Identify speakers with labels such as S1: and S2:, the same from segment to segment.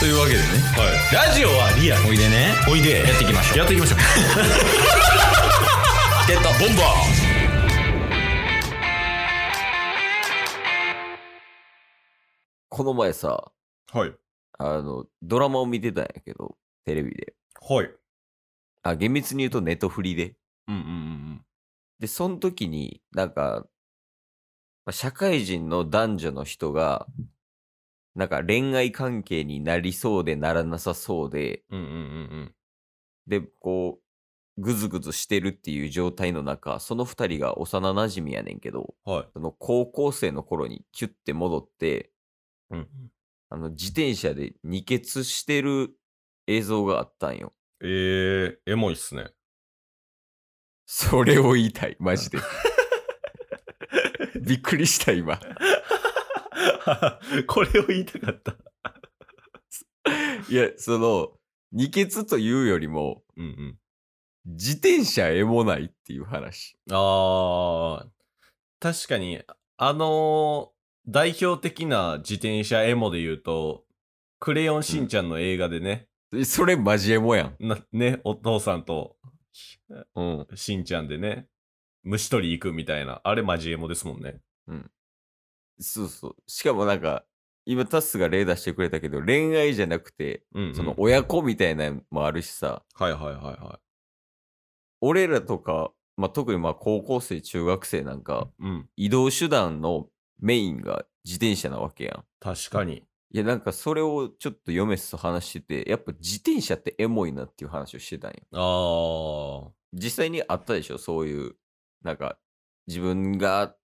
S1: というわけでね、ラジオはリアおいでね
S2: おいで
S1: やっていきましょう
S2: やっていきましょう
S1: ゲットボンバ
S3: この前さ、
S2: ーはい
S3: あの、ドラマを見てたんやけど、テレビで。
S2: はい
S3: あ、厳密に言うとネトフリで。
S2: うんうんうん
S3: で、その時に、なんか、まあ社会人の男女の人が、なんか恋愛関係になりそうでならなさそうで、
S2: うんうんうん
S3: で、こう、ぐずぐずしてるっていう状態の中、その二人が幼馴染やねんけど、
S2: うんはい
S3: その高校生の頃にキュッて戻って、
S2: うん
S3: あの、自転車で二血してる映像があったんよ。
S2: えー、エモいっすね
S3: それを言いたい、マジで。 びっくりした、今。
S2: これを言いたかった
S3: いや、その、二血というよりも、
S2: うんうん
S3: 自転車エモないっていう話。
S2: あー確かにあのー代表的な自転車エモで言うと「クレヨンしんちゃん」の映画でね、
S3: それマジエモやん。
S2: なねお父さんと
S3: うん。
S2: しんちゃんでね虫取り行くみたいなあれマジエモですもんね
S3: そうそう。しかもなんか、今タスが例出してくれたけど、恋愛じゃなくて、
S2: うん、うん
S3: その親子みたいなのもあるしさ、
S2: はいはいはいは
S3: 俺らとか、まあ、特にまあ高校生、中学生なんか、
S2: いうん
S3: 移動手段のメインが自転車なわけやん。
S2: 確かに
S3: いや、なんかそれをちょっとヨメスと話してて、やっぱ自転車ってエモいなっていう話をしてたんよ。
S2: ああ
S3: 実際にあったでしょそういう、なんか自分が好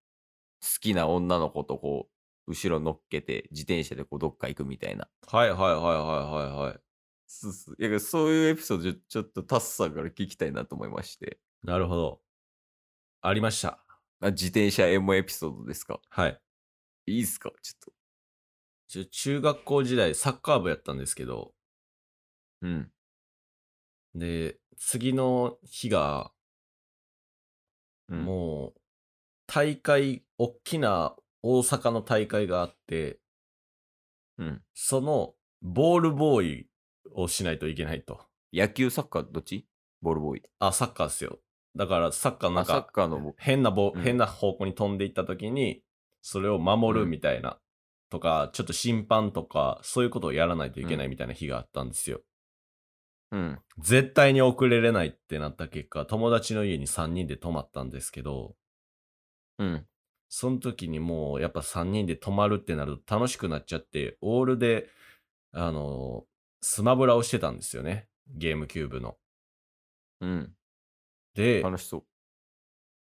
S3: きな女の子とこう、後ろ乗っけて自転車でこうどっか行くみたいな。
S2: はいはいはいはいはいはい。
S3: そうそう。いや、そういうエピソードちょちょっとタスさんから聞きたいなと思いまして。
S2: なるほど。ありました。
S3: あ自転車エモエピソードですか
S2: はい。
S3: いいっすかちょっと。
S2: ちょ中学校時代サッカー部やったんですけど、
S3: うん。
S2: で、次の日が、
S3: うん
S2: もう、大会、大きな大阪の大会があって、
S3: うん。
S2: その、ボールボーイをしないといけないと。
S3: 野球、サッカー、どっちボールボーイ。
S2: あ、サッカーっすよ。だから、サッカーの
S3: あ、サ
S2: 中
S3: ッ、カーのボ、
S2: 変なボ、
S3: うん
S2: 変な方向に飛んでいった時にそれを守るみたいな、とかちょっと審判とかそういうことをやらないといけないみたいな日があったんですよ、
S3: うん。
S2: 絶対に遅れれないってなった結果友達の家に3人で泊まったんですけど
S3: うん。
S2: その時にもうやっぱ3人で泊まるってなると楽しくなっちゃってオールであのスマブラをしてたんですよねゲームキューブの
S3: うん。
S2: で
S3: 楽しそう。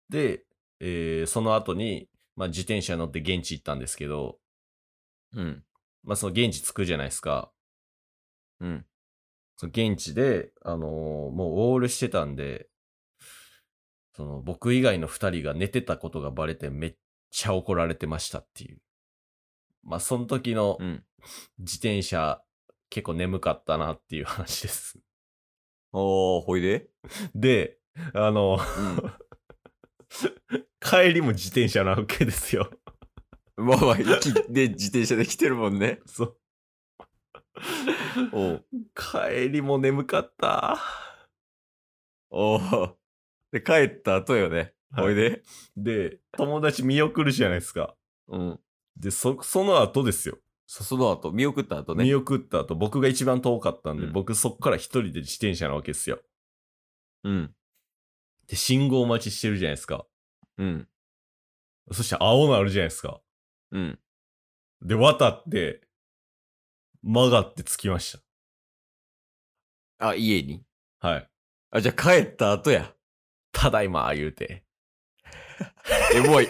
S2: で、えーその後に、まあ、自転車乗って現地行ったんですけど
S3: うん。
S2: まあ、その現地着くじゃないですか。
S3: うん。
S2: その現地で、あのーもうオールしてたんで、その僕以外の二人が寝てたことがバレてめっちゃ怒られてましたっていう。まあ、その時の
S3: うん。
S2: 自転車、結構眠かったなっていう話です。
S3: おー、ほいで。
S2: で、あの、
S3: う
S2: 帰りも自転車なわけですよ。
S3: ん。まあまあ、息で自転車で来てるもんね。
S2: そう。
S3: おう
S2: 帰りも眠かった。
S3: おうで、帰った後よね。
S2: はい
S3: ほいで。
S2: で、友達見送るじゃないですか。
S3: うん。
S2: で、そ、その後ですよ。
S3: そその後、見送った後ね。
S2: 見送った後、僕が一番遠かったんで、
S3: うん
S2: 僕そっから一人で自転車なわけですよ。
S3: うん。
S2: で、信号待ちしてるじゃないですか。
S3: うん。
S2: そして青のあるじゃないですか。
S3: うん。
S2: で、渡って、曲がって着きまし
S3: あ、家に
S2: た。はい。
S3: あ、じゃあ帰った後や。
S2: ただいま、言うて。
S3: エモい。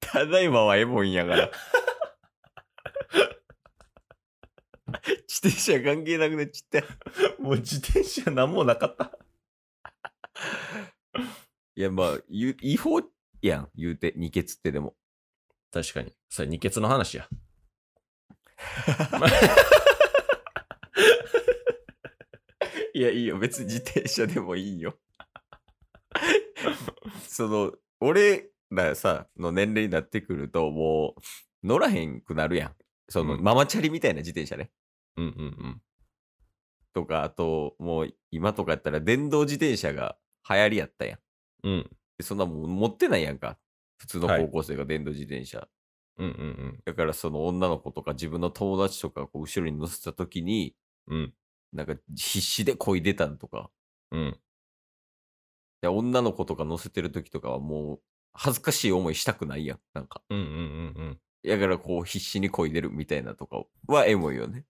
S3: ただいまはエモいんや から。自転車関係なくなっちゃった。
S2: もう自転車なんもなかった。
S3: いや、まあ、言う違法やん、言うて、二血ってでも。
S2: 確かに。それ、二血の話や。
S3: いや、いいよ、別に自転車でもい いよ。その、俺らさ、の年齢になってくると、もう、乗らへんくなるやん。その、
S2: うん
S3: ママチャリみたいな自転車ね。
S2: うんうん
S3: とか、あと、もう今とかやったら電動自転車が流行りやったやん。
S2: うん。うん。
S3: でそんなもん持ってないやんか。普通の
S2: はい
S3: 高校生が電動自転車。
S2: うんうん
S3: だからその女の子とか自分の友達とかこう後ろに乗せた時に、
S2: うん
S3: なんか必死で漕いでたんとか。
S2: うん。うん。
S3: で女の子とか乗せてる時とかはもう恥ずかしい思いしたくないやん。なんか。
S2: うんうんうんうん。
S3: やからこう必死に漕いでるみたいなとかはエモいよね。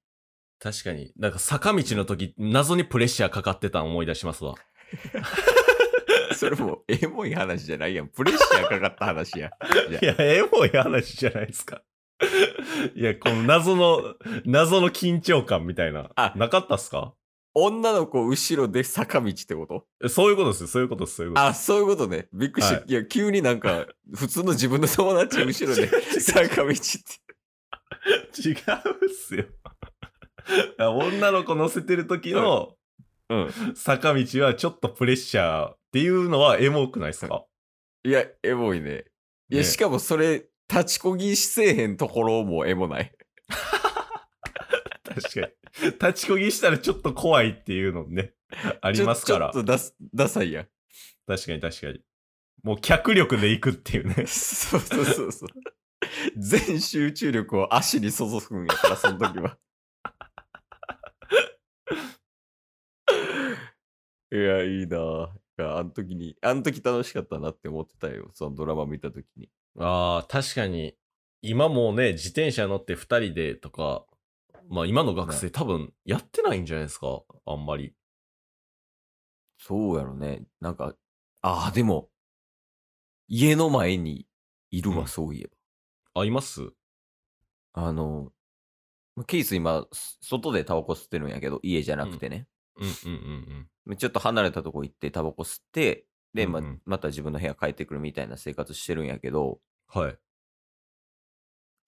S2: 確かに、なんか坂道の時、謎にプレッシャーかかってたん思い出しますわ。
S3: それも エモい話じゃないやん。プレッシャーかかった話や。じゃあ
S2: いや、エモい話じゃないですか。いや、この謎の、謎の緊張感みたいな。
S3: あ
S2: なかったっすか
S3: 女の子後ろで坂道ってこと
S2: そういうことですよ、そういうことです、そういうことです
S3: あ、そういうことね。びっくりした。
S2: はい
S3: い、や、急になんか、普通の自分の友達後ろで 坂道って。
S2: 違うっすよ。女の子乗せてる時の
S3: うん。
S2: 坂道はちょっとプレッシャーっていうのはエモくないですか、
S3: いや、エモいね。いや、
S2: ね
S3: しかもそれ、立ちこぎしせえへんところもエモない。
S2: 確かに。立ちこぎしたらちょっと怖いっていうのね、あ
S3: あ
S2: りますから
S3: ちょ。っとダスダサいやん。。
S2: 確かに確かに。もう脚力で行くっていうね
S3: そうそうそうそう。全集中力を足に注ぐんやから、その時は。いや、いいなぁ。いやあの時に、あの時楽しかったなって思ってたよ。そのドラマ見た時に。
S2: ああ、確かに。今もうね、自転車乗って2人でとか、まあ今の学生多分やってないんじゃないですか、あんまり。
S3: そうやろね。なんか、ああ、でも、家の前にいるわ、
S2: うん
S3: そういえ
S2: あ、います
S3: ば。あの、まケース今、す外でタバコ吸ってるんやけど、家じゃなくてね。
S2: うんうんうん
S3: ちょっと離れたとこ行ってタバコ吸って、で、ま
S2: うんうん
S3: また自分の部屋帰ってくるみたいな生活してるんやけど、
S2: うん。はい。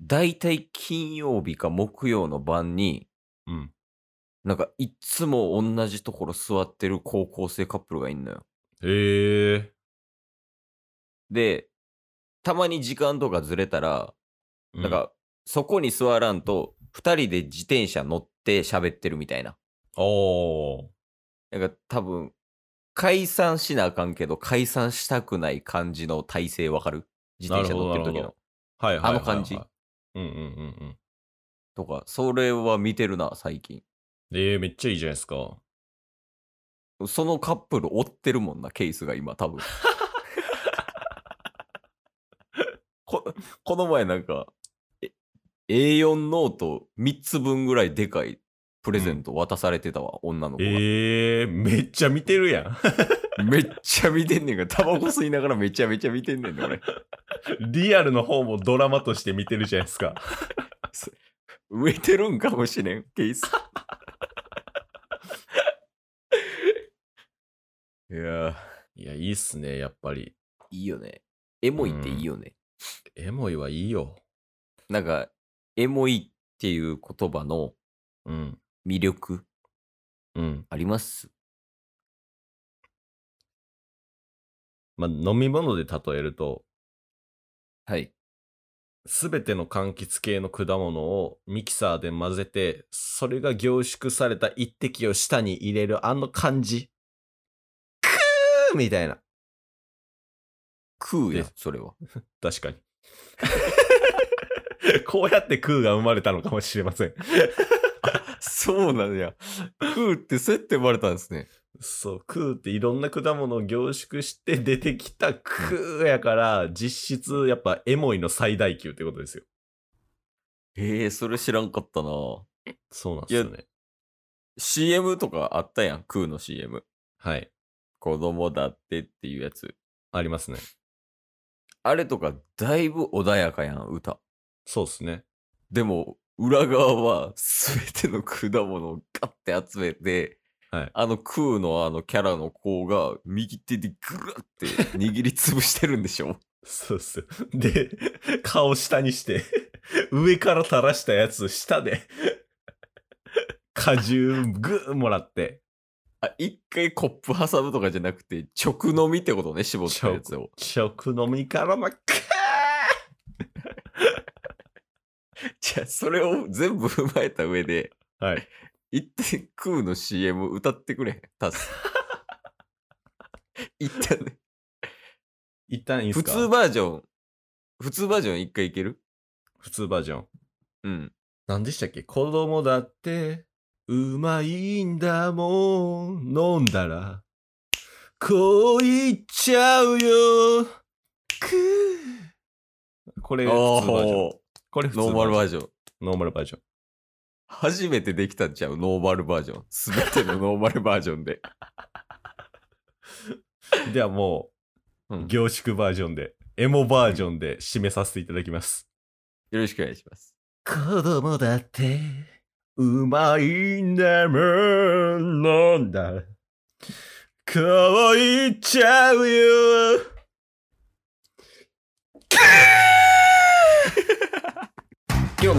S3: だいたい金曜日か木曜の晩に、
S2: うん。
S3: なんかいっつも同じところ座ってる高校生カップルがいんのよ。
S2: へえ。
S3: で、たまに時間とかずれたら、
S2: うん
S3: なんかそこに座らんと、二人で自転車乗って喋ってるみたいな。
S2: おー。
S3: なんか多分、解散しなあかんけど、解散したくない感じの体勢わかる自転車乗って
S2: な
S3: る時
S2: るほどなるほ
S3: の
S2: ど。はいはいはい、はい。
S3: あの感じ
S2: うんうんうんうん。
S3: とか、それは見てるな、最近。
S2: えー、めっちゃいいじゃないですか。
S3: そのカップル追ってるもんな、ケースが今、多分。 ここの前なんか、え A4 ノート3つ分ぐらいでかいプレゼント渡されてたわ、女の子が、
S2: えー、めっちゃ見てるやん。
S3: めっちゃ見てんねんが、タバコ吸いながらめちゃめちゃ見てんねんね、俺。
S2: リアルの方もドラマとして見てるじゃないですか。
S3: 植えてるんかもしれん、ケース。 いやー、
S2: いや、いいっすね、やっぱり。
S3: いいよね。エモいっていいよね。
S2: エモいはいいよ。
S3: なんか、エモいっていう言葉の
S2: うん。
S3: 魅力
S2: うん。
S3: あります
S2: まあ、飲み物で例えると、
S3: はい。
S2: すべての柑橘系の果物をミキサーで混ぜて、それが凝縮された一滴を舌に入れるあの感じ。くーみたいな。
S3: 食うやん
S2: で、
S3: それは。
S2: 確 かに。こうやって空が生まれたのかもしれません。
S3: そうなんや。食うってそうやって生まれたんですね。
S2: そう、空っていろんな果物を凝縮して出てきた空やから、実質やっぱエモいの最大級ってことですよ。
S3: へえ、それ知らんかったな
S2: そうなんですよね。
S3: CM とかあったやん、食うの CM。
S2: はい。
S3: 子供だってっていうやつ。
S2: ありますね。
S3: あれとか、だいぶ穏やかやん、歌。
S2: そうですね。
S3: でも、裏側は全ての果物をガッて集めて、
S2: はい
S3: あの空のあのキャラの子が右手でぐるって握りつぶしてるんでしょ
S2: そうっすよ。で、顔下にして、上から垂らしたやつ下で、果汁グーもらって、
S3: あ一回コップ挟むとかじゃなくて直飲みってことね絞ったやつを
S2: 食飲みからのクー
S3: や、それを全部 踏まえた上で、
S2: はい。
S3: 一点空の CM 歌ってくれへん。タス。 一旦ね。
S2: 一旦いいで
S3: 普
S2: すか
S3: 通バージョン。普通バージョン一回いける
S2: 普通バージョン。
S3: うん。
S2: 何でしたっけ子供だって、うまいんだもん、飲んだら。こう言っちゃうよ。くーこれ、普通バージョン。
S3: お
S2: これ
S3: ー
S2: 普通
S3: ノーマルバ
S2: ージョン。
S3: ージョン。
S2: ノーマルバージョン。
S3: 初めてできたんちゃうノーマルバージョン。すべての ノーマルバージョンで。
S2: ではもう、
S3: うん
S2: 凝縮バージョンで、エモバージョンで締めさせていただきます。
S3: よろしくお願いします。
S2: 子供だって、うまいんだもん、飲んだら。こう言っちゃうよ。
S3: 今日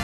S4: す